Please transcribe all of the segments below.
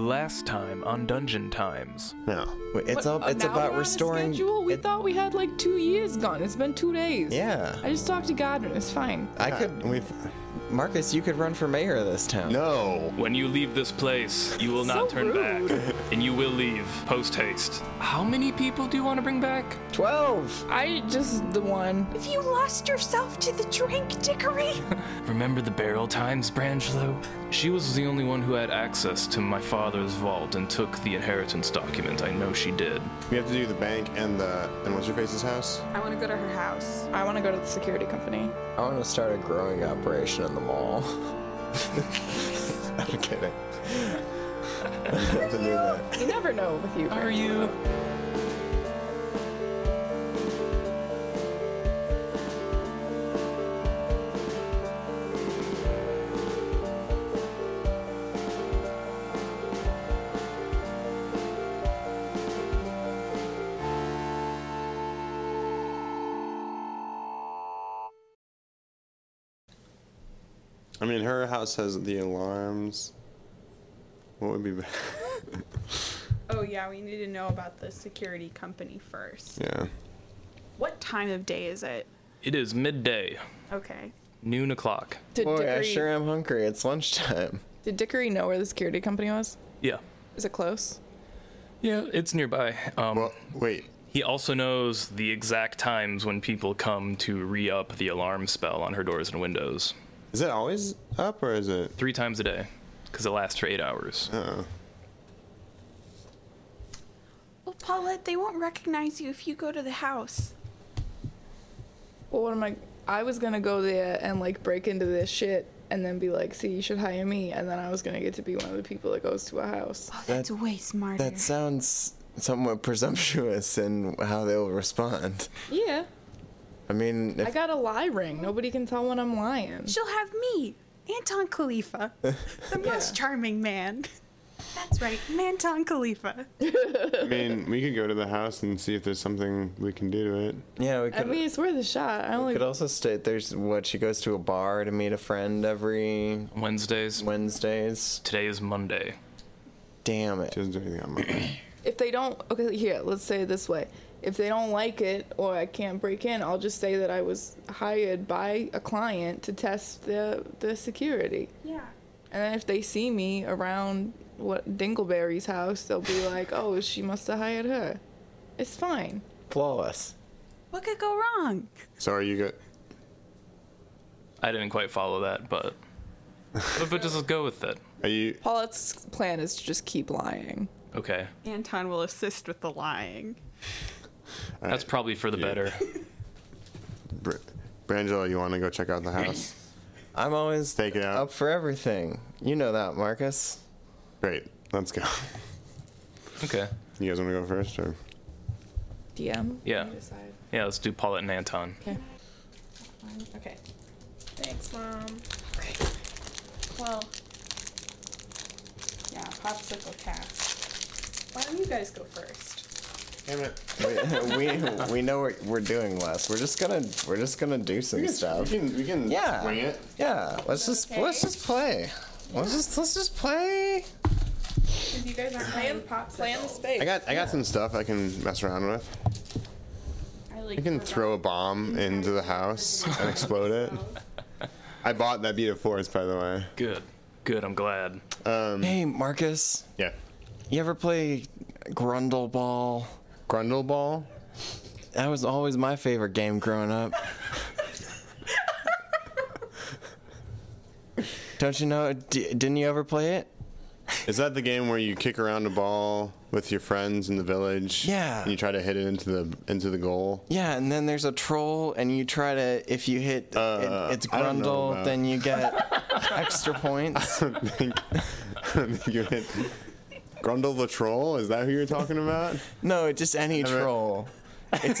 last time on Dungeon Times. No. Wait, It's But, up. uh, It's now we're about on a restoring. schedule? We it- thought we had like two years gone. It's been two days. Yeah. I just talked to Godwin. It's fine. I could. We've Marcus, you could run for mayor of this town. no. When you leave this place, you will not So turn rude. back, and you will leave post haste. How many people do you want to bring back? Twelve. I just the one. Have you lost yourself to the drink, Dickory? Remember the Barrel Times branch, though? She was the only one who had access to my father's vault and took the inheritance document. I know she did. We have to do the bank and the and what's your face's house. I want to go to her house. I want to go to the security company. I want to start a growing operation in the mall. I'm kidding. I have to do that. You never know with you. Are you? I mean, her house has the alarms. What would be better? Oh, yeah, we need to know about the security company first. yeah. What time of day is it? It is midday, Okay. noon o'clock. Did Boy, I Dickory, sure am hungry. It's lunchtime. did Dickory know where the security company was? Yeah. Is it close? Yeah, it's nearby. Um, Well, wait. he also knows the exact times when people come to re up the alarm spell on her doors and windows. Is it always up or is it? Three times a day, because it lasts for eight hours. Oh. Well, Paulette, they won't recognize you if you go to the house. Well, what am I? I was gonna go there and like break into this shit and then be like, "See, you should hire me," and then I was gonna get to be one of the people that goes to a house. Oh, that's way smarter. That sounds somewhat presumptuous in how they'll respond. Yeah, I mean, I if, got a lie ring. Nobody can tell when I'm lying. She'll have me, Anton Khalifa, the most charming man. That's right, Manton Khalifa. I mean, we could go to the house and see if there's something we can do to it. yeah, we I could. mean, it's worth a shot. I we only could also state there's what she goes to a bar to meet a friend every Wednesdays. Wednesdays. Today is Monday. Damn it. She doesn't do anything on Monday. if they don't okay here let's say it this way if they don't like it or i can't break in i'll just say that i was hired by a client to test the the security Yeah. and then if they see me around what dingleberry's house they'll be like oh she must have hired her it's fine Flawless. What could go wrong? so are you good? I didn't quite follow that, but. but, but just go with it. Are you? paulette's plan is to just keep lying Okay. Anton will assist with the lying. That's probably for the better. Br- Brangelo, you want to go check out the house? I'm always Take it out. up for everything. You know that, Marcus. Great. Let's go. Okay. You guys want to go first or? dm Yeah. You decide. Yeah, let's do Paulette and Anton. okay Thanks, Mom. Well, yeah, popsicle cast. Why don't you guys go first? Damn it. we, we we know what we're doing less. We're just gonna we're just gonna do some stuff. We can, we can Yeah. wing it. Yeah. Let's just let's just play. Let's just let's just play. Because you guys aren't playing popsicle. plan the space I got I got some stuff I can mess around with. I like I can throw a bomb into the house and explode it. I bought that beat of force, by the way. Good. Good, I'm glad. Hey, Marcus. Yeah. You ever play Grundle Ball? Grundle ball. That was always my favorite game growing up. Don't you know? D- didn't you ever play it? Is that the game where you kick around a ball with your friends in the village? Yeah. And you try to hit it into the into the goal. Yeah, and then there's a troll, and you try to if you hit Uh, it, it's I don't know Grundle, about- then you get extra points. I don't think, I don't think you hit. Grundle the troll? Is that who you're talking about? No, just any Never- troll. It's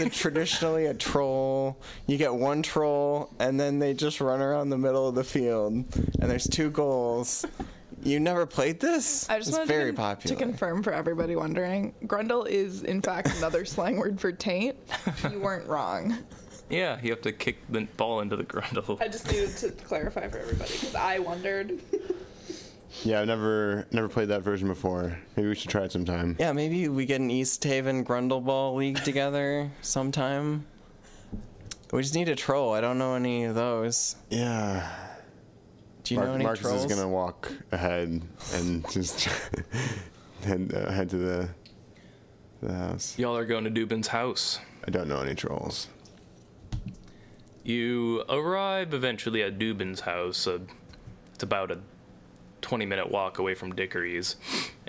a traditionally a troll. You get one troll, and then they just run around the middle of the field, and there's two goals. You never played this? I just it's wanted very to, con- popular. to confirm for everybody wondering, Grundle is in fact another slang word for taint. You weren't wrong. Yeah, you have to kick the ball into the grundle. I just needed to clarify for everybody because I wondered. Yeah, I've never never played that version before. Maybe we should try it sometime. Yeah, maybe we get an East Haven Grundleball League together sometime. We just need a troll. I don't know any of those. Yeah. Do you know any Marcus trolls? is gonna walk ahead and just head uh, head to the the house. Y'all are going to Dubin's house. I don't know any trolls. You arrive eventually at Dubin's house. Uh, it's about a 20 minute walk away from Dickory's.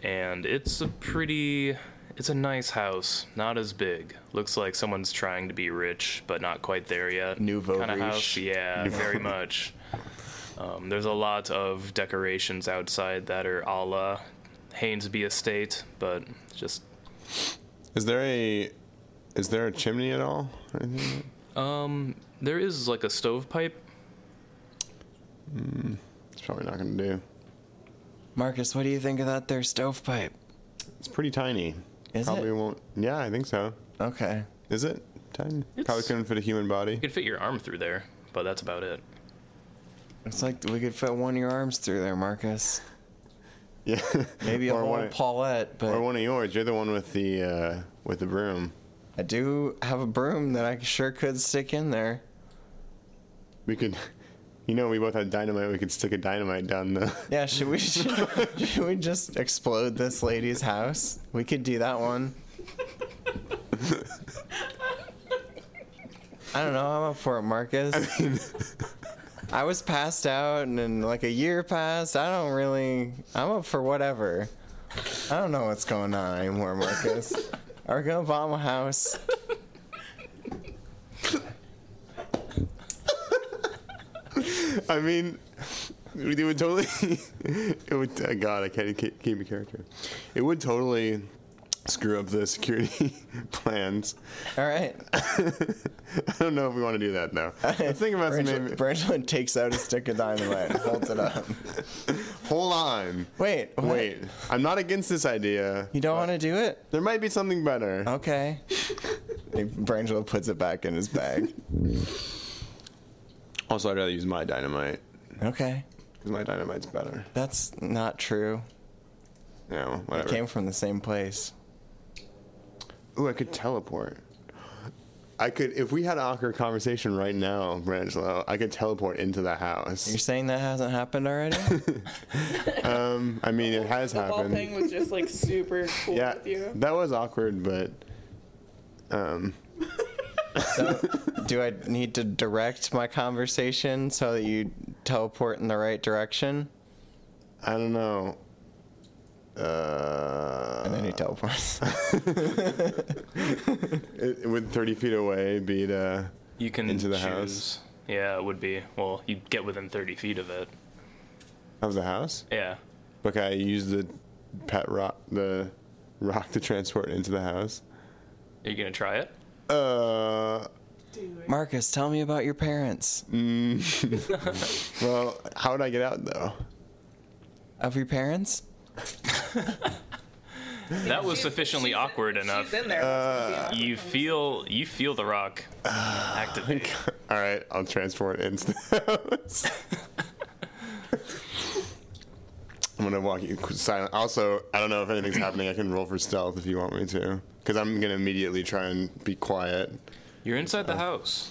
And it's a pretty. It's a nice house. Not as big. Looks like someone's trying to be rich, but not quite there yet. Nouveau kind of riche. house. Yeah, very much. Um, there's a lot of decorations outside that are a la Hainesby Estate, but just. Is there a is there a chimney at all? I think- There is like a stovepipe. It's probably not gonna do. Marcus, what do you think of that there stovepipe? It's pretty tiny. Is probably it? won't. Yeah, I think so. Okay. Is it tiny? Probably It's- couldn't fit a human body. You could fit your arm through there, but that's about it. It's like we could fit one of your arms through there, Marcus. Yeah. Maybe a or whole one, Paulette, but or one of yours. You're the one with the uh, with the broom. I do have a broom that I sure could stick in there. We could. You know, we both had dynamite. We could stick a dynamite down the. Yeah, should we should we just explode this lady's house? We could do that one. I don't know. I'm up for it, Marcus. I, was passed out, and then like a year passed. I don't really. I'm up for whatever. I don't know what's going on anymore, Marcus. Or go bomb a house. I mean, it would totally. It would. uh, God, I can't keep keep a character. It would totally screw up the security plans. All right. I don't know if we want to do that though. Let's think about some. Brangelina, Maybe, Brangelina takes out a stick of dynamite and holds it up. hold on. Wait. what? Wait. I'm not against this idea. You don't want to do it? There might be something better. Okay. Brangelo puts it back in his bag. Also, I'd rather use my dynamite Okay. because my dynamite's better. That's not true. Yeah, whatever. Came from the same place. Ooh, I could teleport. I could, if we had an awkward conversation right now, Brangelo, I could teleport into the You're house. saying that hasn't happened already? Um, I mean, it has The ball thing happened. was just like super cool Yeah, with you. that was awkward, but um, Do I need to direct my conversation so that you teleport in the right direction? I don't know. Uh, And then he teleports. it, it would 30 feet away be to. You can Into the choose. house? Yeah, it would be. Well, you'd get within 30 feet of it. Of the house? Yeah. Okay, I used the pet rock, the rock to transport into the house. Are you going to try it? Uh, Marcus, tell me about your parents. well, how would I get out though? Of your parents? That was sufficiently awkward enough. She's in there. You feel you feel the rock activate. All right, I'll transport into the house. I'm gonna walk you silent. Also, I don't know if anything's happening. I can roll for stealth if you want me to, because I'm gonna immediately try and be quiet. You're inside the house.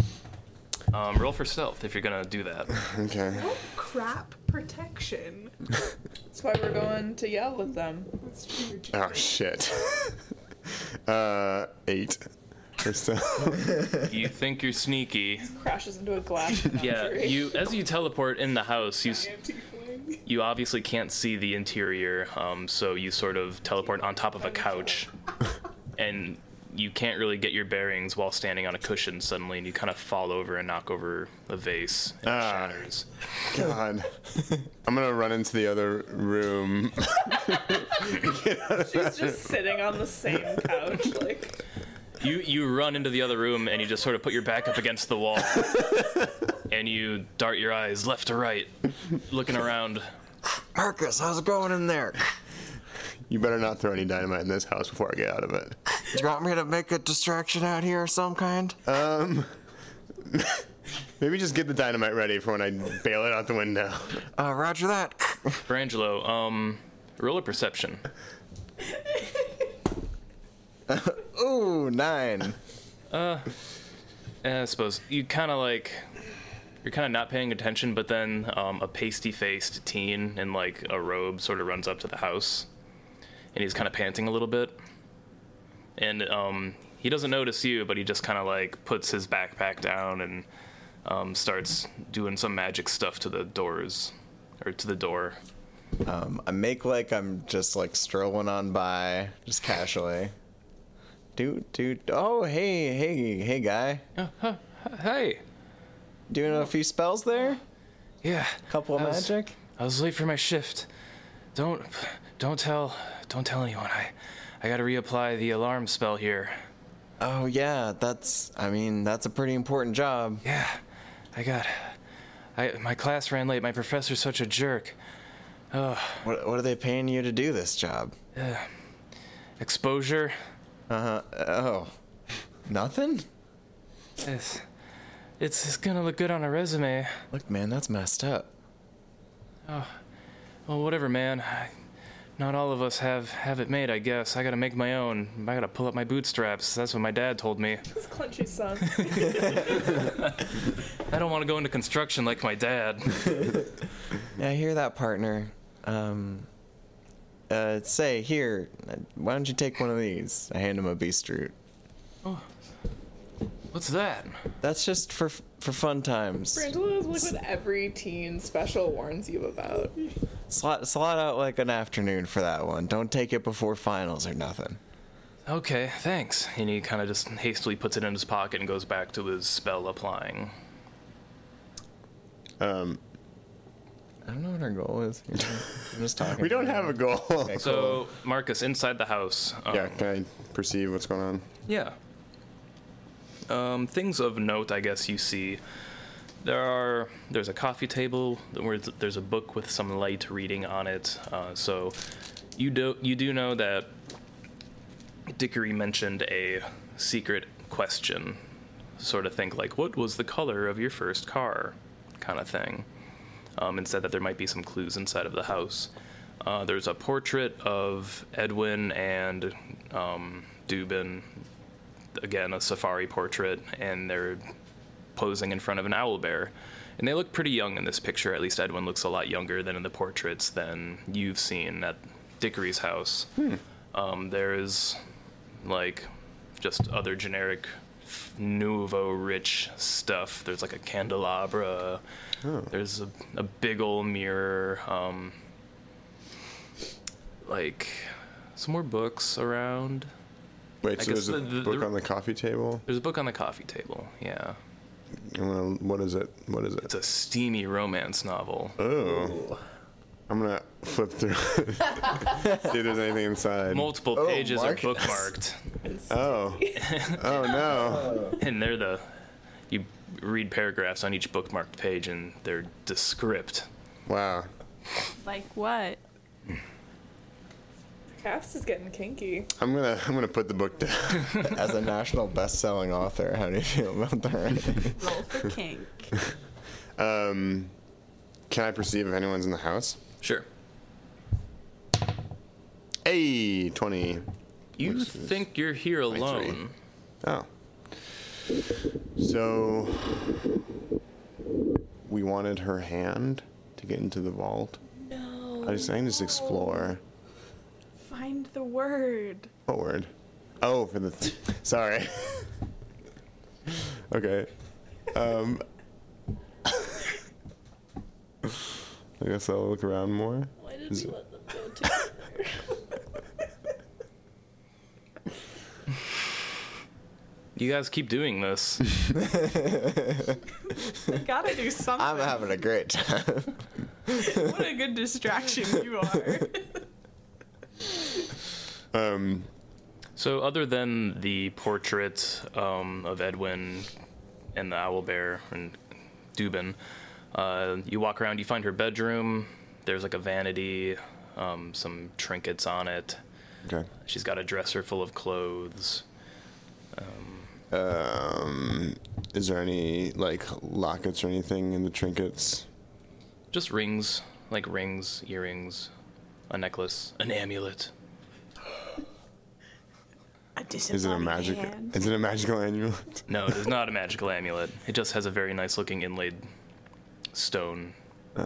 Um, roll for stealth if you're going to do that. Okay. Oh, crap. Protection. That's why we're going to yell at them. That's true. Oh shit. uh, eight for stealth. You think you're sneaky. Crashes into a glass. Yeah, factory. you as you teleport in the house, you s- Tiefling. you obviously can't see the interior, um, so you sort of teleport on top of a couch, and you can't really get your bearings while standing on a cushion suddenly, and you kind of fall over and knock over a vase and it Ah. shatters. God. I'm gonna run into the other room. She's just sitting on the same couch. Like, You you run into the other room and you just sort of put your back up against the wall, and you dart your eyes left to right, looking around. Marcus, how's it going in there? You better not throw any dynamite in this house before I get out of it. Do you want me to make a distraction out here of some kind? Maybe just get the dynamite ready for when I bail it out the window. Uh, roger that. For Angelo, um, roll a perception. Ooh, nine. Eh, Uh, I suppose you kind of like you're kind of not paying attention, but then um, a pasty-faced teen in like a robe sort of runs up to the house, and he's kind of panting a little bit, and um, he doesn't notice you, but he just kind of like puts his backpack down and um, starts doing some magic stuff to the doors or to the door. Um, I make like I'm just like strolling on by, just casually. Dude, dude. Oh, hey, hey, hey, guy. Hey, Doing a few spells there. Uh, yeah, Couple of I was- magic. I was late for my shift. Don't, don't tell, don't tell anyone. I, I gotta reapply the alarm spell here. Oh yeah, that's. I mean, that's a pretty important job. Yeah, I got. I my class ran late. My professor's such a jerk. What, what are they paying you to do this job? Exposure. Uh huh. Oh, nothing. It's, it's it's gonna look good on a resume. Look, man, that's messed up. Well, whatever, man. I, not all of us have have it made. I guess I gotta make my own. I gotta pull up my bootstraps. That's what my dad told me. It's crunchy son. I don't want to go into construction like my dad. Yeah, I hear that, partner. Um, uh, say here, why don't you take one of these? I hand him a beast root. What's that? That's just for for fun times. Frangela is like what every teen special warns you about. Slot slot out like an afternoon for that one. Don't take it before finals or nothing. Okay, thanks. And he kind of just hastily puts it in his pocket and goes back to his spell applying. Um, I don't know what our goal is. Here. I'm just talking. we don't have a goal. So Marcus, inside the house. Um, yeah, can I perceive what's going on? Yeah. Um, things of note, I guess you see. There are there's a coffee table where th- there's a book with some light reading on it. Uh, so you do you do know that Dickory mentioned a secret question, sort of thing like what was the color of your first car, kind of thing, um, and said that there might be some clues inside of the house. Uh, there's a portrait of Edwin and um, Dubin again a safari portrait and they're posing in front of an owl bear and they look pretty young in this picture at least edwin looks a lot younger than in the portraits than you've seen at dickory's house um, there's like just other generic f- nouveau rich stuff there's like a candelabra there's a, a big old mirror um, like some more books around Wait, I so guess there's a the- the- book the- on the coffee table. there's a book on the coffee table yeah I'm gonna, what is it? What is it? It's a steamy romance novel. Um, Oh. I'm gonna flip through. See if there's anything inside. Multiple Oh, pages are Marcus. bookmarked, Oh. Oh no. and they're the you read paragraphs on each bookmarked page, and they're descript. Wow. Like what? Cast is getting kinky. I'm gonna I'm gonna put the book down. As a national best-selling author, how do you feel about that? Roll for kink. Um, can I perceive if anyone's in the house? Sure. Hey, 20. You Which is think you're here three. alone? Oh. So we wanted her hand to get into the vault. No. I just I can just explore. Find the word. What word? Oh, for the. Th- Sorry. okay. Um. I guess I'll look around more. Why did Is we it- let them go together? You guys keep doing this. You gotta do something. I'm having a great time. what a good distraction you are. Um. So, other than the portrait um, of Edwin and the owl bear and Dubin, uh, you walk around, you find her bedroom. There's like a vanity, um, some trinkets on it. Okay. She's got a dresser full of clothes. Um. Is there any like lockets or anything in the trinkets? Just rings, like rings, earrings, a necklace, an amulet. A Is it a disembodied magic? hand. Is it a magical amulet? No, it is not a magical amulet. It just has a very nice looking inlaid stone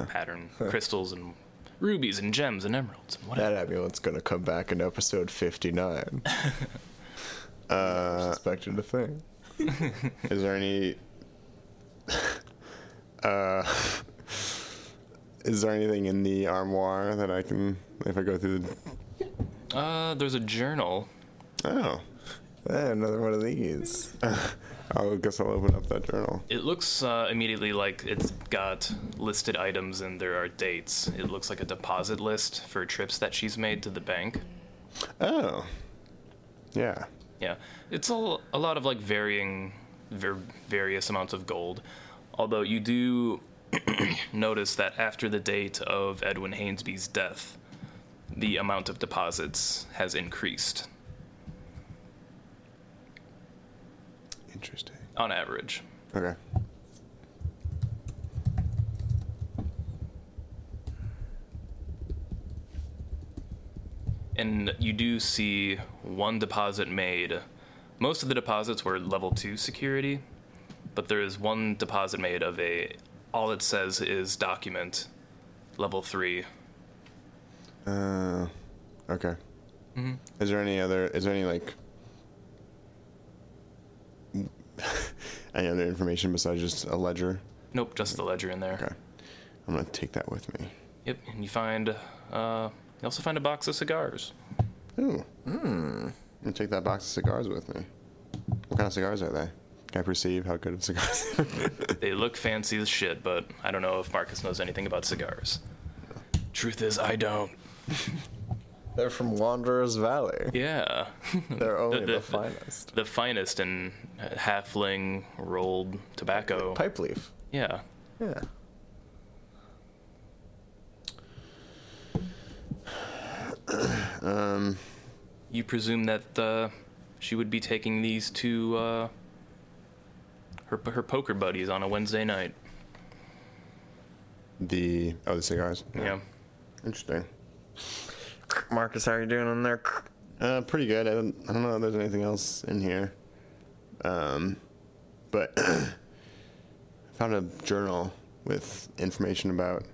pattern, crystals and rubies and gems and emeralds and whatever. That amulet's gonna come back in episode 59. uh, expected a thing. Is there any? Uh, is there anything in the armoire that I can, if I go through the? Uh, there's a journal. Oh, Eh, another one of these. I guess I'll open up that journal. It looks uh, immediately like it's got listed items and there are dates. It looks like a deposit list for trips that she's made to the bank. Oh, yeah. Yeah, it's all a lot of like varying, ver- various amounts of gold. Although you do notice that after the date of Edwin Hainsby's death, the amount of deposits has increased Interesting. on average. Okay. and you do see one deposit made. Most of the deposits were level two security, but there is one deposit made of a. All it says is document, level three. Uh, okay. Is there any other? Is there any like? any other information besides just a ledger? Nope, just the ledger in there. Okay. I'm gonna take that with me. Yep, and you find. Uh, you also find a box of cigars. Ooh. Hmm. I'm gonna take that box of cigars with me. What kind of cigars are they? Can I perceive how good of cigars? They look fancy as shit, but I don't know if Marcus knows anything about cigars. Truth is, I don't. They're from Wanderer's Valley. Yeah. They're only The- the, the- finest. the finest in uh, halfling rolled tobacco. Pipe leaf. Yeah. Yeah. you presume that uh, she would be taking these to uh, her her poker buddies on a Wednesday night. the oh, the cigars. Yeah, Interesting. Marcus, how are you doing in there? Uh, pretty good. I don't, I don't know if there's anything else in here. Um, but I found a journal with information about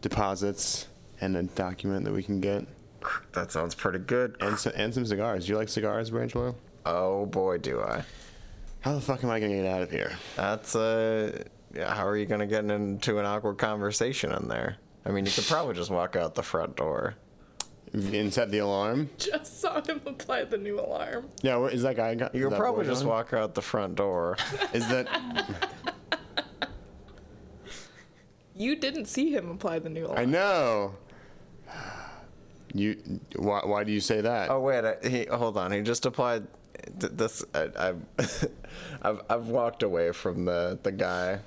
deposits and a document that we can get That sounds pretty good. and so, and some cigars. Do you like cigars, Brangelo? Oh boy, do I. How the fuck am I gonna get out of here? That's uh yeah, how are you gonna get into an awkward conversation in there? I mean, you could probably just walk out the front door. And set the alarm. Just saw him apply the new alarm. Yeah, where, is that guy? Got, You is could that probably boy just gone? walk out the front door. Is that? You didn't see him apply the new alarm. I know. You. Why? Why do you say that? Oh wait, I, he hold on. He just applied. th- This I, I've, I've I've walked away from the the guy.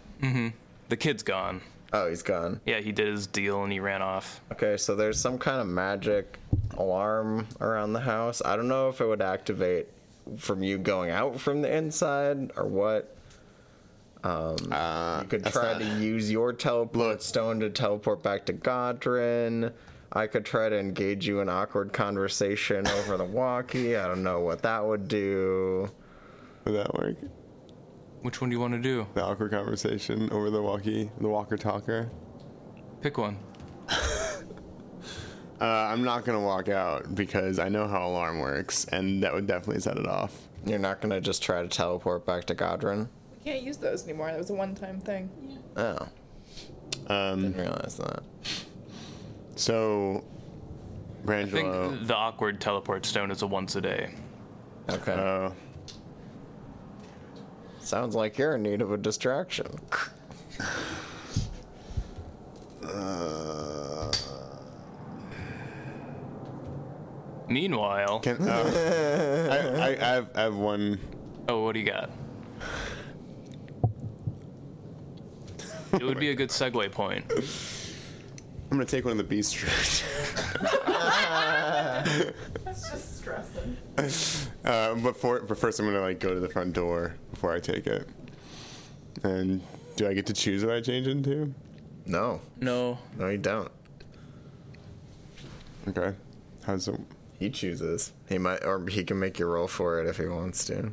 the kid's gone. Oh, he's gone. Yeah, he did his deal and he ran off. Okay, so there's some kind of magic alarm around the house. I don't know if it would activate from you going out from the inside or what. Uh, Um, you could try to use your teleport stone to teleport back to Godrin. I could try to engage you in awkward conversation over the walkie. I don't know what that would do. Would that work? Which one do you want to do? The awkward conversation over the walkie, the walker talker. Pick one. Uh, I'm not gonna walk out because I know how alarm works, and that would definitely set it off. You're not gonna just try to teleport back to Godrin. We can't use those anymore. That was a one-time thing. Oh, Um, didn't realize that. so, I think Brangelo. the awkward teleport stone is a once a day. Okay, Oh, sounds like you're in need of a distraction. uh, Meanwhile, can uh, I, I, I, have, I have one. oh, what do you got? It would be a good segue point. I'm gonna take one of the beast shirts. That's just stressing. Uh, but, for, but first, I'm gonna like go to the front door before I take it. And do I get to choose what I change into? No, No, no, you don't. Okay. How does it? He chooses. He might, or he can make you roll for it if he wants to.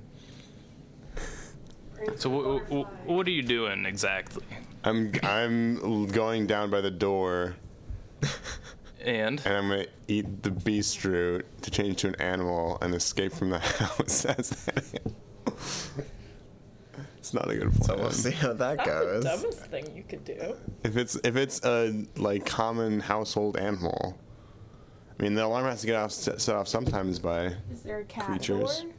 So w- w- what are you doing exactly? I'm I'm going down by the door, And and I'm gonna eat the beast root to change to an animal and escape from the house as that. animal. It's not a good plan. So we'll see how that That's goes. the dumbest thing you could do. If it's if it's a like common household animal, I mean the alarm has to get off set set off sometimes by Is there a cat Creatures. door?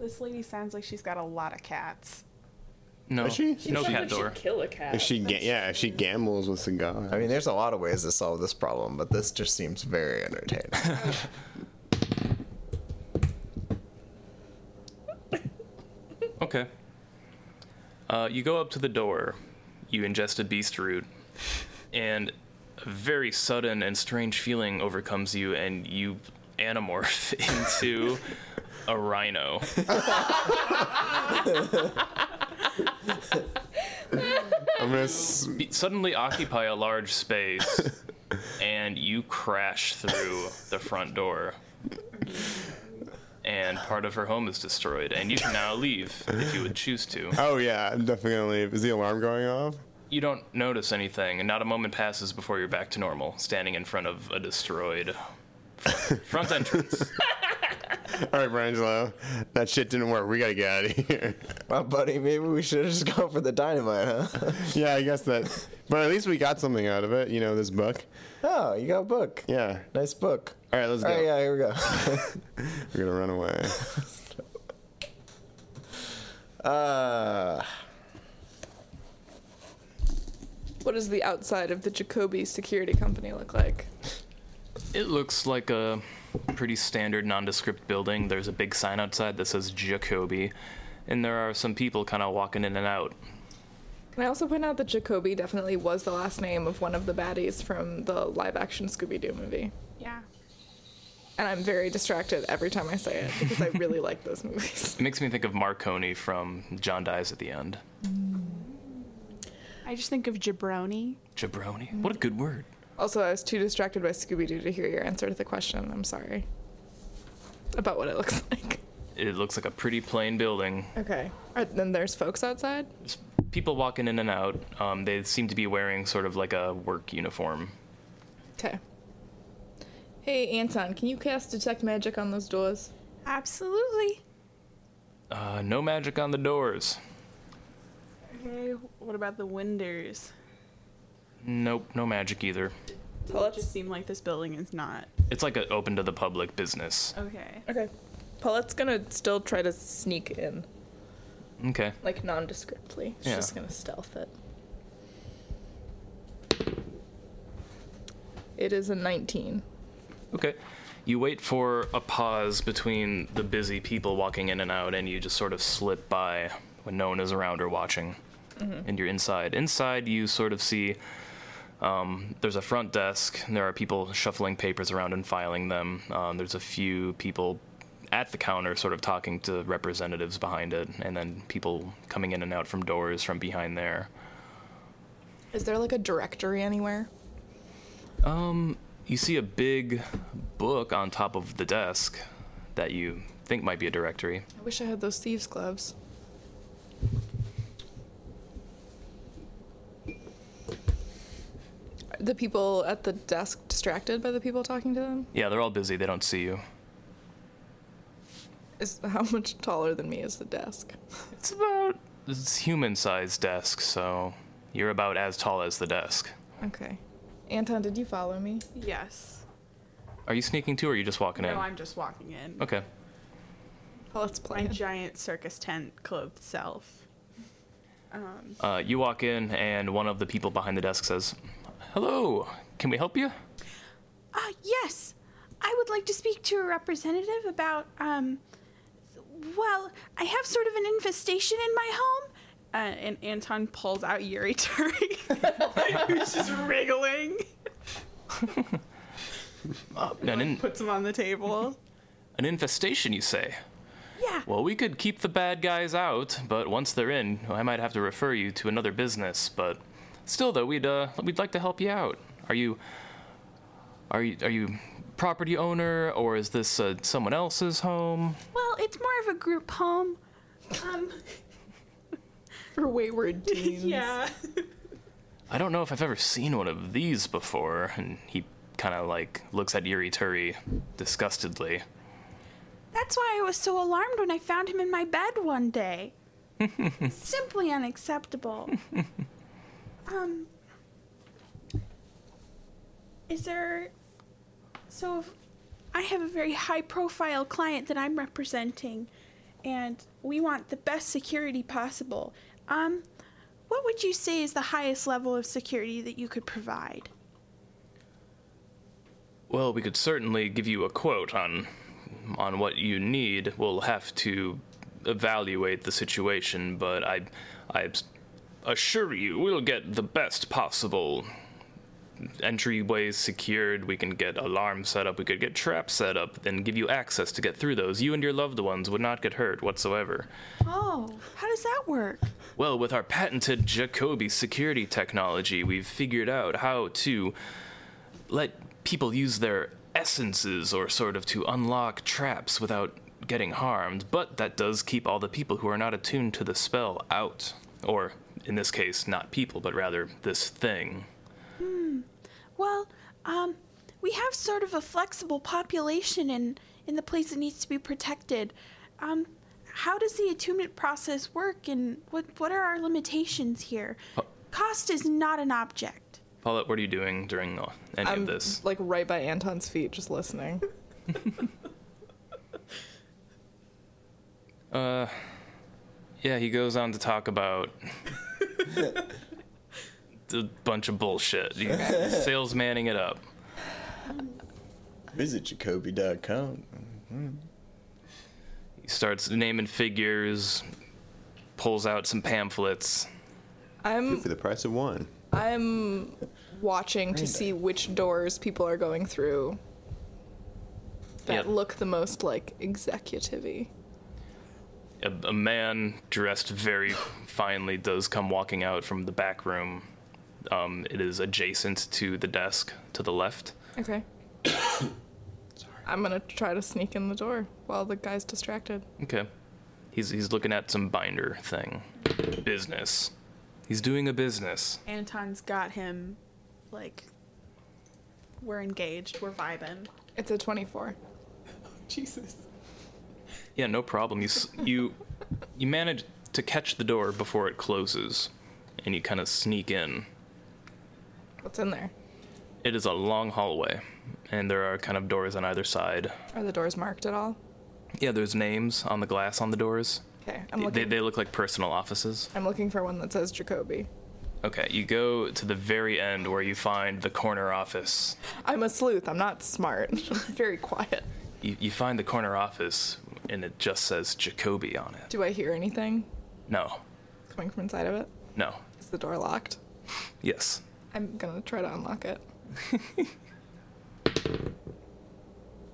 This lady sounds like she's got a lot of cats. no, Is she? no Sounds cat like she'd door. Kill a cat. if she ga- yeah if she gambles with the guy. I mean, there's a lot of ways to solve this problem, but this just seems very entertaining. Okay. Uh, you go up to the door. You ingest a beast root, and a very sudden and strange feeling overcomes you, and you anamorph into a rhino. I'm gonna s- Be- suddenly occupy a large space, and you crash through the front door. And part of her home is destroyed, and you can now leave if you would choose to. oh yeah I'm definitely gonna leave. Is the alarm going off? You don't notice anything, and not a moment passes before you're back to normal, standing in front of a destroyed front- front entrance. All right, Brangelo, that shit didn't work. We gotta get out of here. well, buddy, maybe we should have just gone for the dynamite, huh? yeah, I guess that. But at least we got something out of it. You know this book. oh, you got a book. Yeah. Nice book. All right, let's All go. right, Oh, yeah, here we go. We're gonna run away. Uh, What does the outside of the Jacoby security company look like? It looks like a pretty standard nondescript building. There's a big sign outside that says Jacoby, and there are some people kind of walking in and out. Can I also point out that Jacoby definitely was the last name of one of the baddies from the live action Scooby Doo movie? Yeah. And I'm very distracted every time I say it because I really like those movies. It makes me think of Marconi from John Dies at the End. I just think of jabroni. Jabroni? What a good word. Also, I was too distracted by Scooby Doo to hear your answer to the question. I'm sorry about what it looks like. It looks like a pretty plain building. Okay. Are, then there's folks outside. There's people walking in and out. Um, they seem to be wearing sort of like a work uniform. Okay. Hey, Anton, can you cast Detect Magic on those doors? Absolutely. Uh, no magic on the doors. Okay, what about the windows? Nope, no magic either. Well, it just seemed like this building is not. It's like a open to the public business. Okay. Okay. Paulette's gonna still try to sneak in, Okay. like nondescriptly. She's Yeah. just gonna stealth it. It is a 19. Okay. You wait for a pause between the busy people walking in and out, and you just sort of slip by when no one is around or watching. And you're inside. Inside, you sort of see um, there's a front desk, and there are people shuffling papers around and filing them. Um, there's a few people at the counter sort of talking to representatives behind it, and then people coming in and out from doors from behind there. Is there like a directory anywhere? Um, You see a big book on top of the desk that you think might be a directory. I wish I had those thieves' gloves. Are the people at the desk distracted by the people talking to them? Yeah, they're all busy. They don't see you. Is how much taller than me is the desk? It's about it's human-sized desk, so you're about as tall as the desk. Okay. Anton, did you follow me? Yes. Are you sneaking too, or are you just walking in? No, I'm just walking in. okay. Well, let's play. My giant circus tent clothed self. Um, Uh, you walk in, and one of the people behind the desk says, "Hello, can we help you?" uh, yes, I would like to speak to a representative about. Um, well, I have sort of an infestation in my home. Uh, and Anton pulls out Yuri Turi, who's just wriggling, An, in- puts him on the table. an infestation, you say? Yeah. Well, we could keep the bad guys out, but once they're in, I might have to refer you to another business. But still, though, we'd uh, we'd like to help you out. Are you? Are you? Are you property owner or is this uh, someone else's home? Well, it's more of a group home. Um, For wayward teens. yeah. I don't know if I've ever seen one of these before. And he kind of like looks at Yuri Turi disgustedly. That's why I was so alarmed when I found him in my bed one day. Simply unacceptable. um, is there. So, if I have a very high profile client that I'm representing, and we want the best security possible. Um, what would you say is the highest level of security that you could provide? Well, we could certainly give you a quote on on what you need. We'll have to evaluate the situation, but I I assure you we'll get the best possible entryways secured. We can get alarms set up. We could get traps set up, then give you access to get through those. You and your loved ones would not get hurt whatsoever. Oh, how does that work? Well, with our patented Jacobi security technology, we've figured out how to let people use their essences or sort of to unlock traps without getting harmed, but that does keep all the people who are not attuned to the spell out. Or, in this case, not people, but rather this thing. Well, um, we have sort of a flexible population in, in the place that needs to be protected. Um, how does the attunement process work, and what, what are our limitations here? Oh. Cost is not an object. Paulette, what are you doing during uh, any I'm of this? like right by Anton's feet, just listening. Yeah, he goes on to talk about a bunch of bullshit. He's salesmanning it up. Visit jacoby.com. He starts naming figures, pulls out some pamphlets. I'm for the price of one. I'm watching to see which doors people are going through that Yeah. look the most like executive-y. A, a man dressed very finely does come walking out from the back room. Um, it is adjacent to the desk to the left. Okay. I'm gonna try to sneak in the door while the guy's distracted. Okay. He's, he's looking at some binder thing. Business. He's doing a business. Anton's got him, like, we're engaged, we're vibing. It's a 24. Jesus. Yeah, no problem. You s- you you manage to catch the door before it closes, and you kind of sneak in. What's in there? It is a long hallway, and there are kind of doors on either side. Are the doors marked at all? Yeah, there's names on the glass on the doors. Okay. I'm They, looking. they look like personal offices. I'm looking for one that says Jacoby. Okay, you go to the very end where you find the corner office. I'm a sleuth. I'm not smart. I'm very quiet. You, you find the corner office, and it just says Jacoby on it. Do I hear anything No, coming from inside of it? no, Is the door locked? yes. I'm gonna try to unlock it.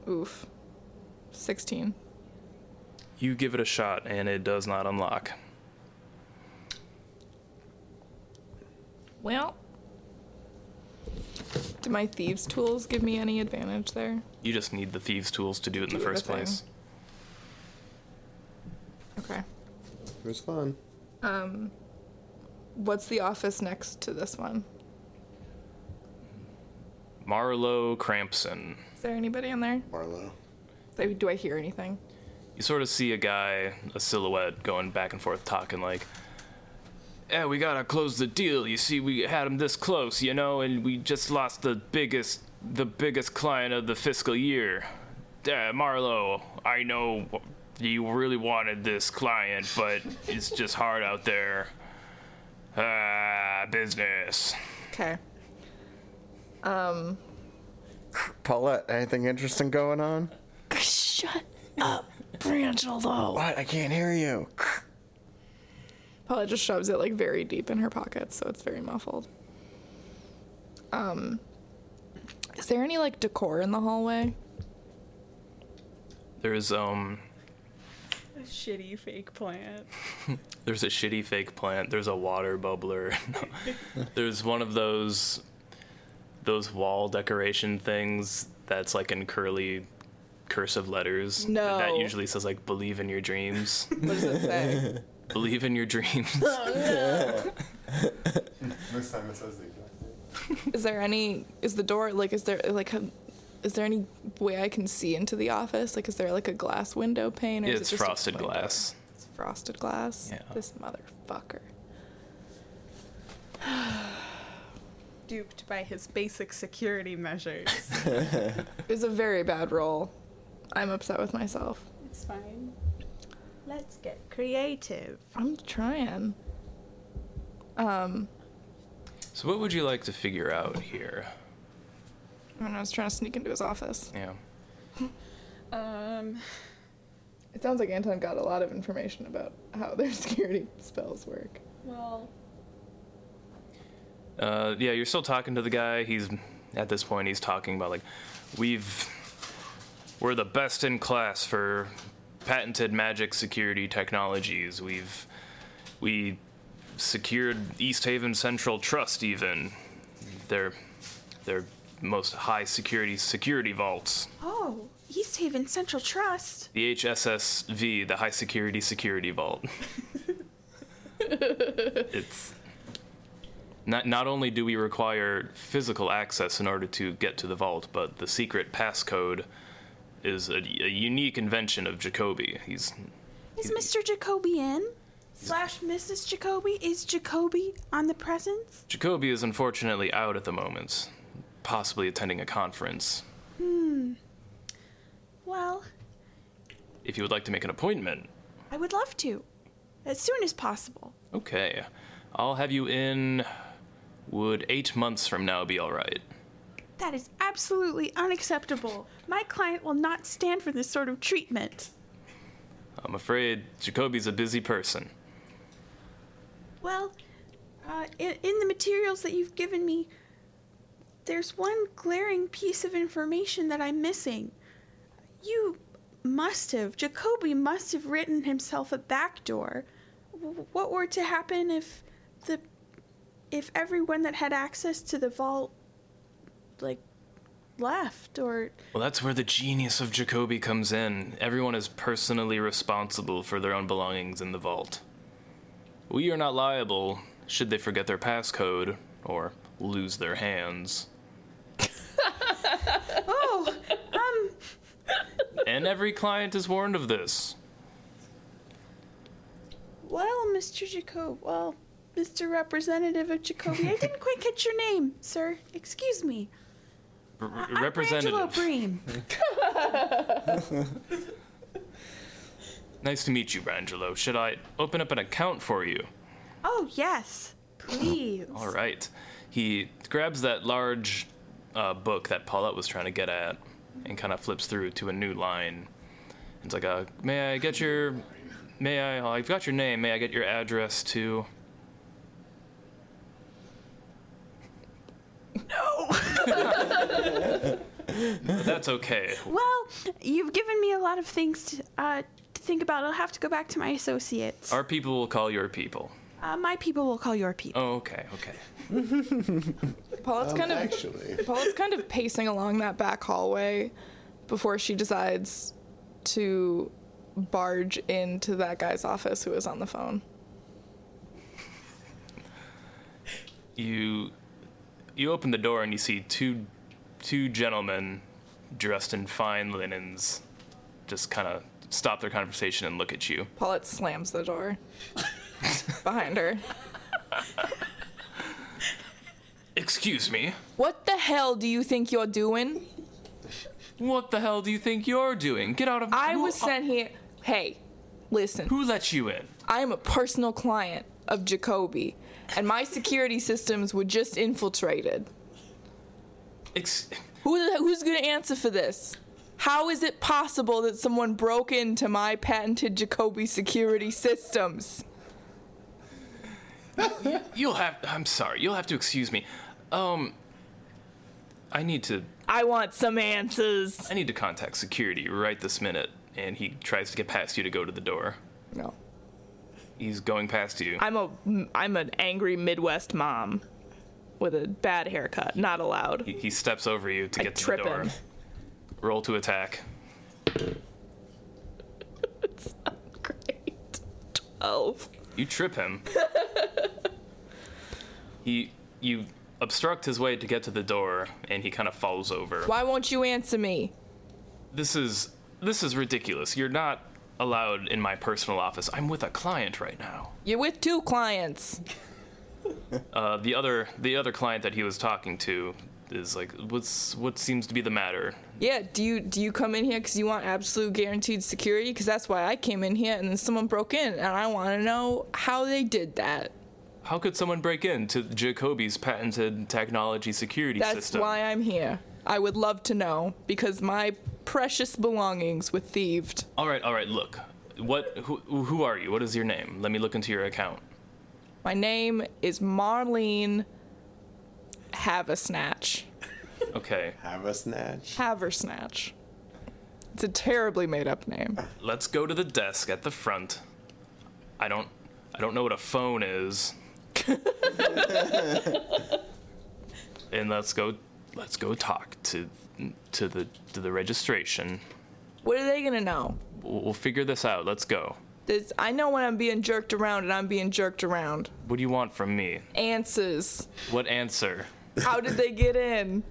Oof. 16. You give it a shot, and it does not unlock. Well. Do my thieves' tools give me any advantage there? You just need the thieves' tools to do it in the Do the first thing. place. Okay. It was fun. Um, what's the office next to this one? Marlowe Crampson. Is there anybody in there? Marlowe. Do- Do I hear anything? You sort of see a guy, a silhouette, going back and forth talking like, Yeah, we gotta close the deal. You see, we had him this close, you know, and we just lost the biggest, the biggest client of the fiscal year. Yeah, Marlowe, I know you really wanted this client, but it's just hard out there. Ah, business. Okay. Paulette, anything interesting going on? Shut. What? I can't hear you. Paula just shoves it like very deep in her pocket, so it's very muffled. Um, is there any like decor in the hallway? There's, um, A shitty fake plant. There's a shitty fake plant. There's a water bubbler. There's one of those those wall decoration things that's like in curly cursive letters. and That No. usually says like believe in your dreams. What does it say? believe in your dreams. This time it says the exact same. is there any? Is the door like? Is there like? A, is there any way I can see into the office? Like, is there like a glass window pane? Or is it it's just a frosted plain- glass. It's frosted glass. Yeah. This motherfucker. Duped by his basic security measures. It was a very bad roll. I'm upset with myself. it's fine. Let's get creative. I'm trying. Um, So what would you like to figure out here? when I was trying to sneak into his office. Yeah. Um, It sounds like Anton got a lot of information about how their security spells work. well, Uh, yeah, you're still talking to the guy. He's at this point he's talking about like we've we're the best in class for patented magic security technologies. We've we secured East Haven Central Trust even. Their their most high security security vaults. oh, East Haven Central Trust. The HSSV, the High Security Security Vault. it's not not only do we require physical access in order to get to the vault, but the secret passcode is a, a unique invention of Jacoby. He's Is Mr. Jacoby in? Slash Mrs. Jacoby? Is Jacoby on the presence? Jacoby is unfortunately out at the moment, possibly attending a conference. Well, If you would like to make an appointment, I would love to. As soon as possible. okay, I'll have you in. Would eight months from now be all right? That is absolutely unacceptable. My client will not stand for this sort of treatment. I'm afraid Jacoby's a busy person. Well, uh, in, in the materials that you've given me, there's one glaring piece of information that I'm missing. You must have, Jacoby must have written himself a backdoor. W- What were to happen if the, if everyone that had access to the vault, like, left or Well, that's where the genius of Jacoby comes in. Everyone is personally responsible for their own belongings in the vault. We are not liable should they forget their passcode or lose their hands. oh, um, And every client is warned of this. well, Mr. Jacob, well, Mr. Representative of Jacoby, I didn't quite catch your name, sir. Excuse me. R- Ah, Angelo representative, Bream. nice to meet you, Brangelo. Should I open up an account for you? Oh yes, please. All right. He grabs that large uh, book that Paulette was trying to get at and kind of flips through to a new line. It's like, uh, may I get your. May I. oh, I've got your name. May I get your address too? No! That's okay. Well, you've given me a lot of things to, uh, to think about. I'll have to go back to my associates. Our people will call your people. Uh, my people will call your people. Oh, okay, okay. Paulette's kind of Actually, Paulette's kind of pacing along that back hallway before she decides to barge into that guy's office who is on the phone. you you open the door and you see two two gentlemen dressed in fine linens just kind of stop their conversation and look at you Paulette slams the door behind her. excuse me What the hell do you think you're doing? what the hell do you think you're doing get out of I who- uh, was sent here. Hey, listen. who let you in I am a personal client of Jacoby, and my security systems were just infiltrated. Ex- Who the, who's going to answer for this? How is it possible that someone broke into my patented Jacoby security systems? you'll have i'm sorry you'll have to excuse me um i need to I want some answers. i need to contact security right this minute and he tries to get past you to go to the door No. he's going past you I'm a I'm an angry Midwest mom with a bad haircut. Not allowed. he, he steps over you to I get to trip the door him. Roll to attack. Great. 12. You trip him. he, you obstruct his way to get to the door, and he kind of falls over. Why won't you answer me? This is this is ridiculous. You're not allowed in my personal office. I'm with a client right now. You're with two clients. Uh, the other the other client that he was talking to is like, what's what seems to be the matter? Yeah, do you do you come in here because you want absolute guaranteed security? Because that's why I came in here, and then someone broke in, and I want to know how they did that. How could someone break into Jacoby's patented technology security That's system? why I'm here. I would love to know because my precious belongings were thieved. All right, all right. Look, what? Who, who are you? What is your name? Let me look into your account. My name is Marlene Haversnatch. Okay, Have a snatch. Haversnatch. It's a terribly made up name. let's go to the desk at the front. I don't, I don't know what a phone is. and let's go, let's go talk to, to the, to the registration. What are they gonna know? We'll, we'll figure this out. Let's go. There's, I know when I'm being jerked around and I'm being jerked around. What do you want from me? Answers. What answer? How did they get in?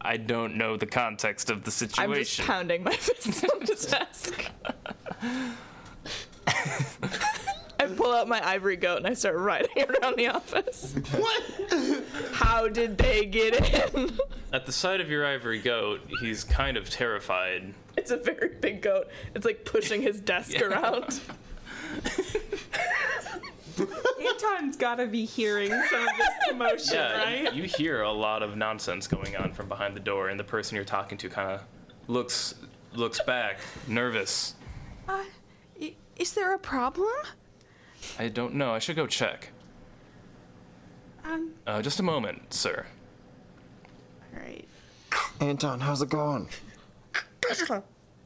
I don't know the context of the I'm just situation. pounding my fist on the desk. I pull out my ivory goat and I start riding around the office. What? How did they get in? At the sight of your ivory goat, he's kind of terrified. It's a very big goat. It's like pushing his desk around. Anton's gotta be hearing some of this commotion, Yeah, right? you, you hear a lot of nonsense going on from behind the door, and the person you're talking to kind of looks looks back, nervous. Uh, Oh. i- is there a problem? I don't know. I should go check. Um, Uh, just a moment, sir. all right. Anton, how's it going?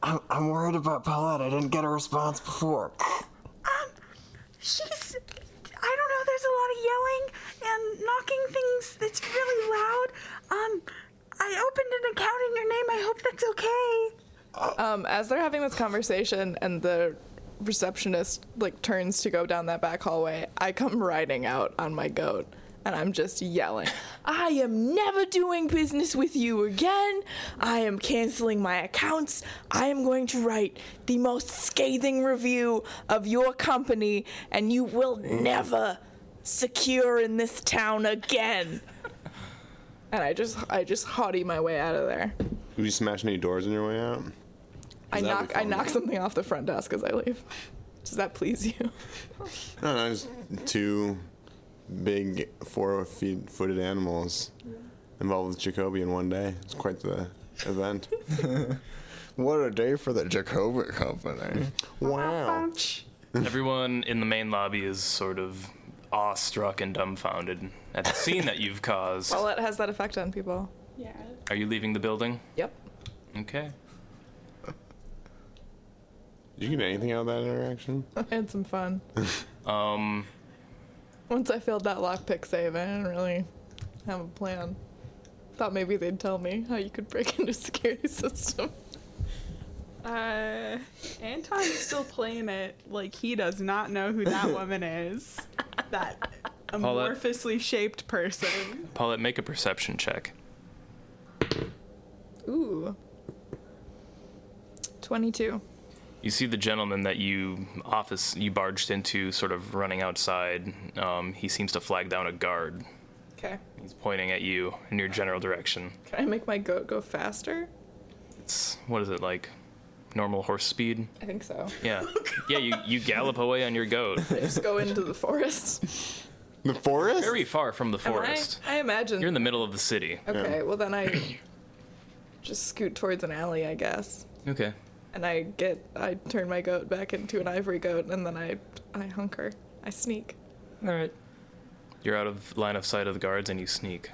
I'm, I'm worried about Paulette. I didn't get a response before. Um, She's. I don't know. There's a lot of yelling and knocking things. It's really loud. Um, I opened an account in your name. I hope that's okay. Um, as they're having this conversation and the receptionist like turns to go down that back hallway, I come riding out on my goat and I'm just yelling, I am never doing business with you again. I am canceling my accounts. I am going to write the most scathing review of your company and you will never secure in this town again. And I just I just haughty my way out of there. Did you smash any doors on your way out? I That'd be knock I fun. knock something off the front desk as I leave. Does that please you? No, no, just two big four-footed animals involved with Jacoby in one day. It's quite the event. What a day for the Jacoba Company. wow. Everyone in the main lobby is sort of awestruck and dumbfounded at the scene that you've caused. Well, uh it has that effect on people. Yeah. Are you leaving the building? Yep. Okay. Did you get anything out of that interaction? I had some fun. Um, Once I failed that lockpick save, I didn't really have a plan. Thought maybe they'd tell me how you could break into security system. Uh, Anton's still playing it like he does not know who that woman is. That amorphously shaped person. Paulette, make a perception check. Ooh. Twenty-two. You see the gentleman that you office you barged into, sort of running outside. Um, he seems to flag down a guard. Okay. He's pointing at you in your general direction. Can I make my goat go faster? It's what is it like? Normal horse speed? I think so. Yeah, yeah. You you gallop away on your goat, I just go into the forest. The forest? very far from the Am I- forest. I, imagine. You're in the middle of the city. Okay, well then I just scoot towards an alley, I guess. Okay. And I get I turn my goat back into an ivory goat and then I I hunker. I sneak. All right. You're out of line of sight of the guards, and you sneak.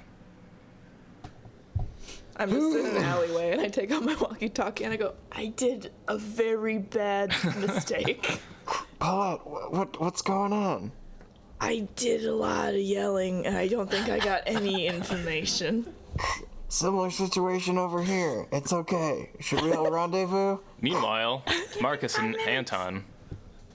I'm just in an alleyway and I take out my walkie-talkie and I go, "I did a very bad mistake. Paulette, wh- what, what's going on? uh, I did a lot of yelling and I don't think I got any information." Similar situation over here. It's okay. Should we all rendezvous? Meanwhile, Marcus and Anton,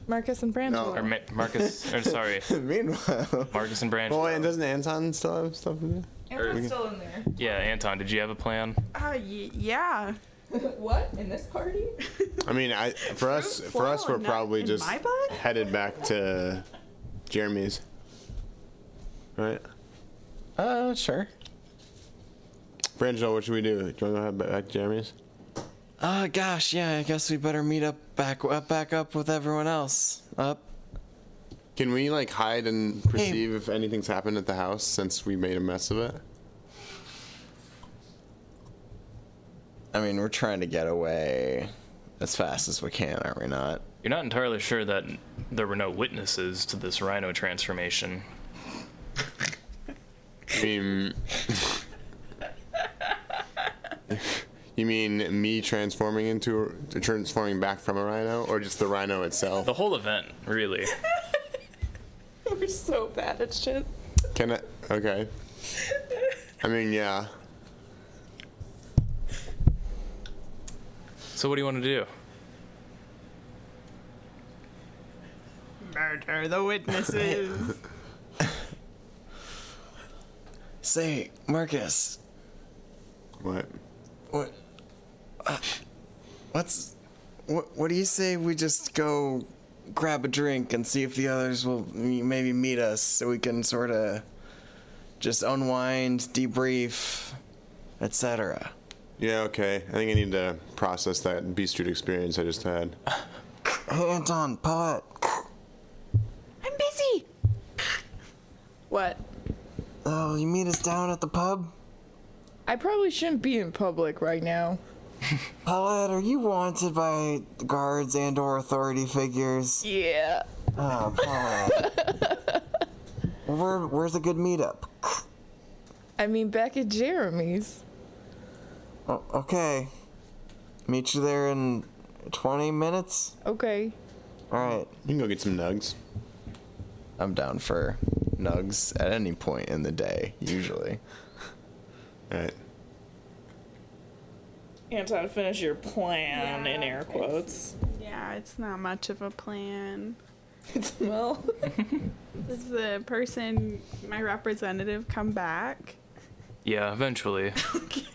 Marcus and Brandon. or Ma- Marcus, or Uh, sorry, Meanwhile, Marcus and Brandon. Well, and doesn't Anton still have stuff to do? Anton's still in there. yeah, Anton, did you have a plan? Uh, y- yeah. what in this party? I mean, I for us for us flow we're and not probably in just my butt? headed back to Jeremy's. Right? uh, sure. Brangelo, what should we do? Do you want to go head back to Jeremy's? Uh, gosh, yeah. I guess we better meet up back up back up with everyone else. Up. Can we like hide and perceive if anything's happened at the house since we made a mess of it? I mean, we're trying to get away as fast as we can, aren't we? Not. You're not entirely sure that there were no witnesses to this rhino transformation. I mean, you mean me transforming into transforming back from a rhino, or just the rhino itself? The whole event, really. We're so bad at shit. Can I? Okay. I mean, yeah. So what do you want to do? Murder the witnesses. Say, Marcus, What? what? uh, what's? What? What do you say we just go grab a drink and see if the others will m- maybe meet us so we can sort of just unwind, debrief, etc. Yeah. Okay. I think I need to process that B Street experience I just had. Hey, Anton, pot. I'm busy. What? Oh, you meet us down at the pub? I probably shouldn't be in public right now. Paulette, are you wanted by guards and or authority figures? Yeah. Oh, Paulette. Well, Where, where's a good meetup? I mean, back at Jeremy's. O- okay. Meet you there in 20 minutes? Okay. Alright. You can go get some nugs. I'm down for nugs at any point in the day, usually. All right. Anton, finish your plan in air quotes. Yeah, it's not much of a plan. It's Mel. Does the person, my representative, come back? Yeah, eventually. Okay.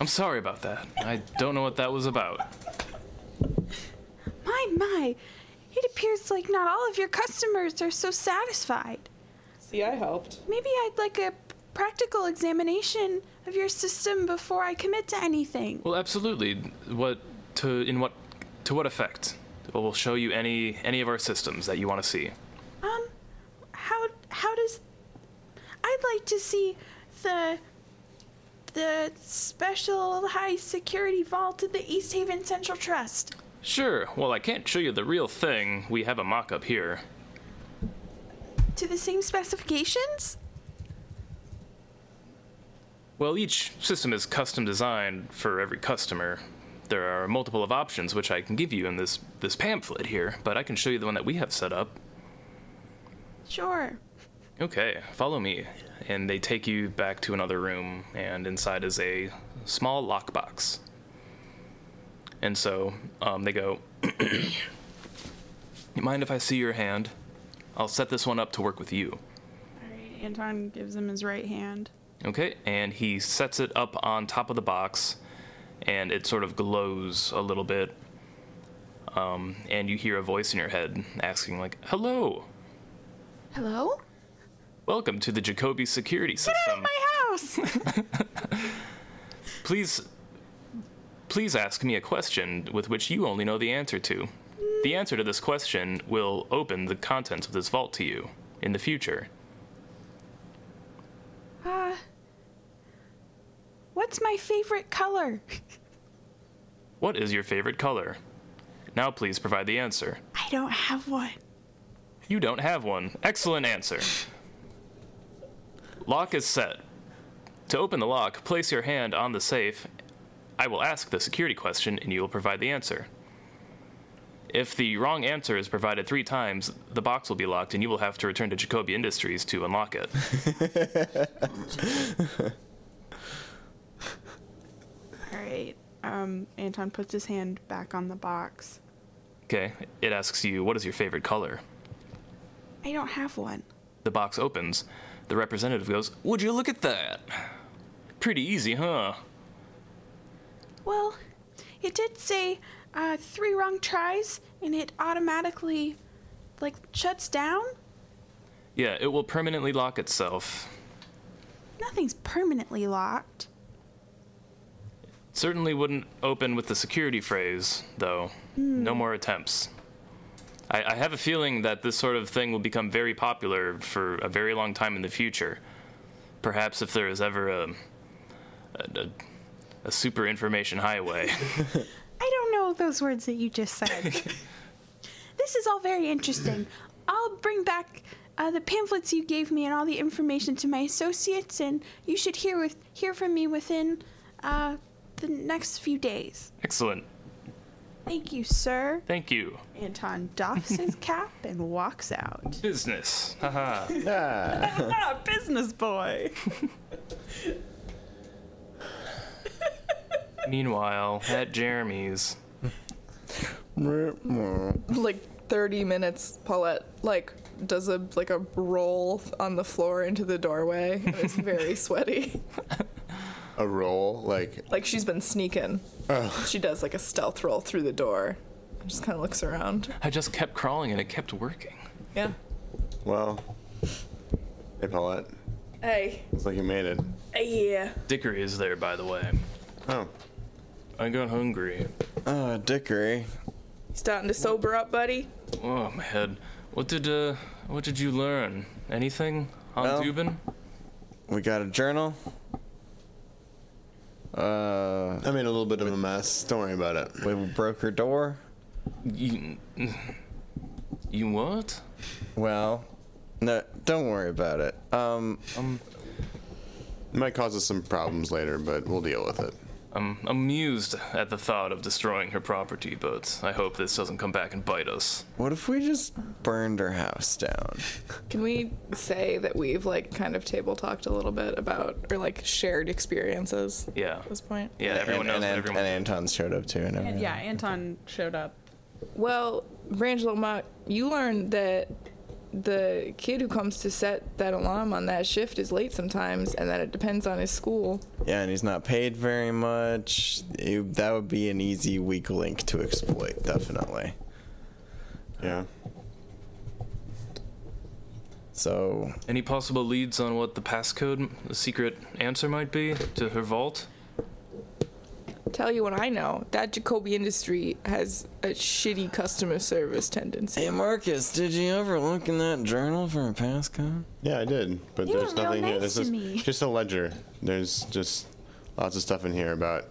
I'm sorry about that. I don't know what that was about. My, my. It appears like not all of your customers are so satisfied. See, I helped. Maybe I'd like a practical examination of your system before I commit to anything. Well, absolutely. What to in what to what effect? Well, we'll show you any any of our systems that you want to see. Um, how how does? I'd like to see the the special high security vault at the East Haven Central Trust. Sure. Well, I can't show you the real thing. We have a mock-up here. To the same specifications? Well, each system is custom designed for every customer. There are multiple of options which I can give you in this this pamphlet here, but I can show you the one that we have set up. Sure. Okay, follow me. And they take you back to another room, and inside is a small lockbox. And so um, they go, You mind if I see your hand? I'll set this one up to work with you. All right. Anton gives him his right hand. Okay, and he sets it up on top of the box, and it sort of glows a little bit. Um, and you hear a voice in your head asking, like, Hello, Hello? welcome to the Jacobi security system. Out of my house. Please, please ask me a question with which you only know the answer to. The answer to this question will open the contents of this vault to you in the future. uh, what's my favorite color? What is your favorite color? Now, please provide the answer. I don't have one. You don't have one. Excellent answer. Lock is set. To open the lock, place your hand on the safe. I will ask the security question and you will provide the answer. If the wrong answer is provided three times, the box will be locked and you will have to return to Jacobi Industries to unlock it. um, Anton puts his hand back on the box. Okay. It asks you, what is your favorite color? I don't have one. The box opens. The representative goes, Would you look at that? Pretty easy, huh? Well, it did say uh, three wrong tries, and it automatically, like, shuts down. Yeah, it will permanently lock itself. Nothing's permanently locked. Certainly wouldn't open with the security phrase, though. No more attempts. I, I have a feeling that this sort of thing will become very popular for a very long time in the future. Perhaps if there is ever a, a, a, a super information highway. I don't know those words that you just said. this is all very interesting. I'll bring back uh, the pamphlets you gave me and all the information to my associates, and you should hear with hear from me within uh, the next few days. Excellent. Thank you, sir. Thank you. Anton doffs his cap and walks out. Business. Haha. Ah, I'm not a business boy. Meanwhile, at Jeremy's. like 30 minutes paulette like does a like a roll on the floor into the doorway and it's very sweaty a roll like like she's been sneaking she does like a stealth roll through the door just kind of looks around I just kept crawling and it kept working. yeah well. Hey, Paulette. Hey, Looks like you made it. uh, yeah. Dickory is there, by the way. Oh, I got hungry. Oh, Dickory. Starting to sober up, buddy. Oh my head. What did uh what did you learn? Anything on Well- Dubin? We got a journal. Uh, I made a little bit of a mess. Don't worry about it. we broke her door. You, you what? Well, no, don't worry about it. Um, It might cause us some problems later, but we'll deal with it. I'm amused at the thought of destroying her property, but I hope this doesn't come back and bite us. what if we just burned her house down? can we say that we've like kind of table talked a little bit about or like shared experiences Yeah. at this point Yeah, everyone and, knows and, what everyone. And Anton showed up too. And everything. Yeah, Anton showed up. Well, Brangelo Mock, you learned that the kid who comes to set that alarm on that shift is late sometimes, and that it depends on his school. Yeah, and he's not paid very much. It- that would be an easy weak link to exploit, definitely. Yeah. So Any possible leads on what the passcode, the secret answer might be to her vault? Tell you what I know: that Jacoby industry has a shitty customer service tendency. Hey Marcus, did you ever look in that journal for a passcode? Yeah, I did, but You there's were real nothing here. nice This to is me. just a ledger. There's just lots of stuff in here about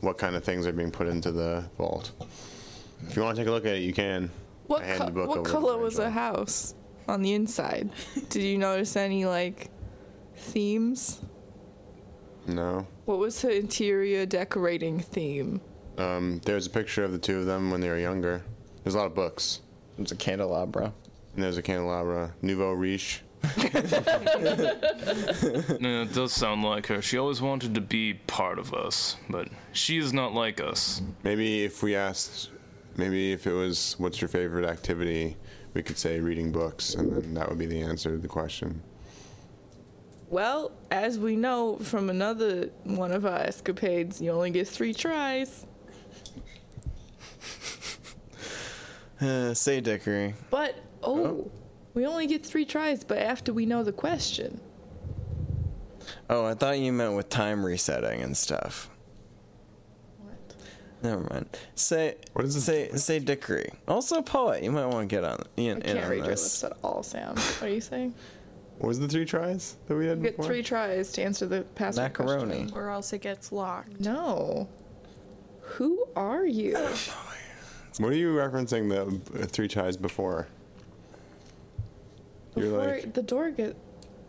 what kind of things are being put into the vault. If you want to take a look at it, you can. What I hand co- the book what over to color was the Brangelo. house on the inside? Did you notice any like themes? No. What was her interior decorating theme? Um, there's a picture of the two of them when they were younger. There's a lot of books. It's a candelabra. And there's a candelabra. Nouveau Riche. Yeah, it does sound like her. She always wanted to be part of us, but she is not like us. Maybe if we asked, maybe if it was, what's your favorite activity? We could say reading books, and then that would be the answer to the question. Well, as we know from another one of our escapades, you only get three tries. Uh, say Dickory. But oh, we only get three tries. But after we know the question, Oh, I thought you meant with time resetting and stuff. What? Never mind. Say What is this- say say Dickory. Also poet. You might want to get on. In, I in can't on read your this. lips at all, Sam. What are you saying? What was the three tries that we had You get before? three tries to answer the password Macaroni. question. Or else it gets locked. No. Who are you? What are you referencing the uh, three tries before? You're Before like- the door get.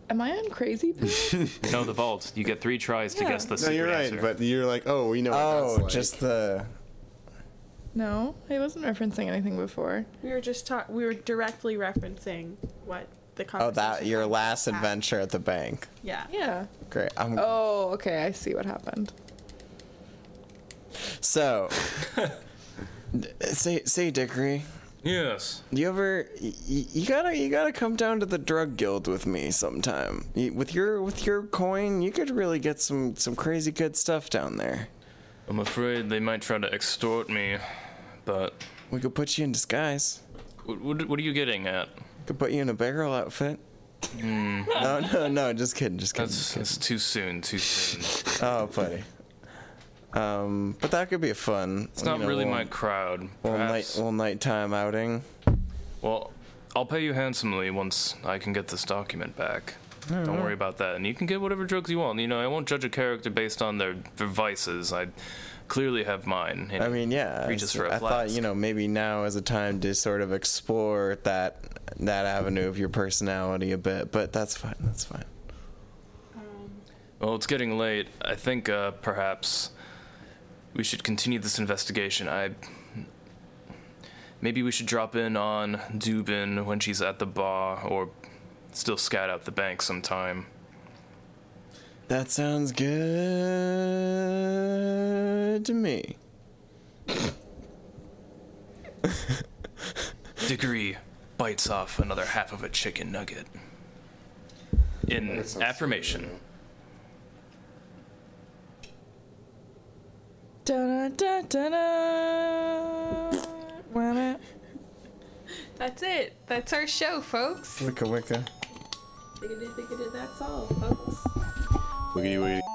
Am I on crazy pills? No, the vault. You get three tries to Yeah. guess the No, secret you're right, answer. but you're like, oh, we know. what Oh, that's like. just the. no, I wasn't referencing anything before. We were just talk. We were directly referencing what the Oh, conversation. that your last had. adventure at the bank. um, Yeah. Yeah. Great. I'm Oh, okay. I see what happened. So, d- say say Dickory, Yes. you ever y- y- you gotta you gotta come down to the drug guild with me sometime. You, with your with your coin, you could really get some some crazy good stuff down there. I'm afraid they might try to extort me, but We could put you in disguise. what, what, what are you getting at? Could put you in a barrel outfit. Hmm. no, no, no! Just kidding, just kidding. That's, that's too soon, too soon. It's Oh, buddy. Um, but that could be fun. It's not really my crowd. little night, Perhaps- little nighttime outing. Well, I'll pay you handsomely once I can get this document back. Don't worry about that. And you can get whatever drugs you want. You know, I won't judge a character based on their, their vices. I clearly have mine. and I mean, yeah. Reaches so for a I thought you flask. know maybe now is a time to sort of explore that that avenue of your personality a bit, but that's fine. That's fine. Well, it's getting late. I think uh, perhaps we should continue this investigation. I maybe we should drop in on Dubin when she's at the bar, or still scout out the bank sometime. That sounds good to me. Dickory bites off another half of a chicken nugget. In affirmation. Da-da-da-da-da. Wham it. That's it. That's our show, folks. Wicca wicca. That's all, folks. Wiggity wiggity.